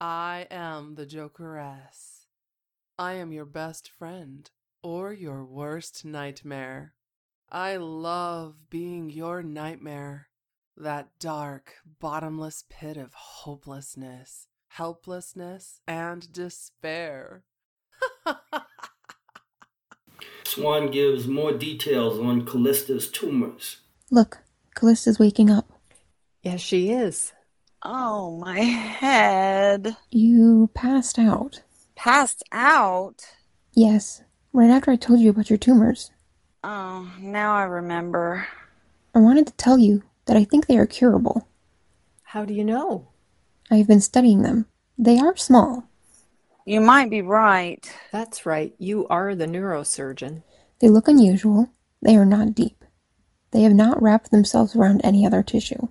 I am the Jokeress. I am your best friend or your worst nightmare. I love being your nightmare. That dark, bottomless pit of hopelessness, helplessness, and despair. Swan gives more details on Callista's tumors. Look, Callista's waking up. Yes, she is. Oh, my head. You passed out. Passed out? Yes, right after I told you about your tumors. Oh, now I remember. I wanted to tell you that I think they are curable. How do you know? I have been studying them. They are small. You might be right. That's right. You are the neurosurgeon. They look unusual. They are not deep. They have not wrapped themselves around any other tissue.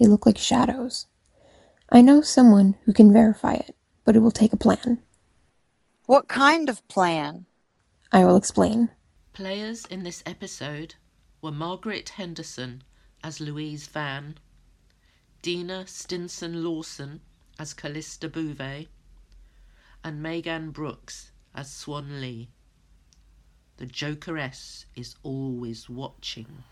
They look like shadows. I know someone who can verify it, but it will take a plan. What kind of plan? I will explain. Players in this episode were Margaret Henderson as Louise Van, Dina Stinson Lawson as Callista Bouvet, and Megan Brooks as Swan Lee. The Jokeress is always watching.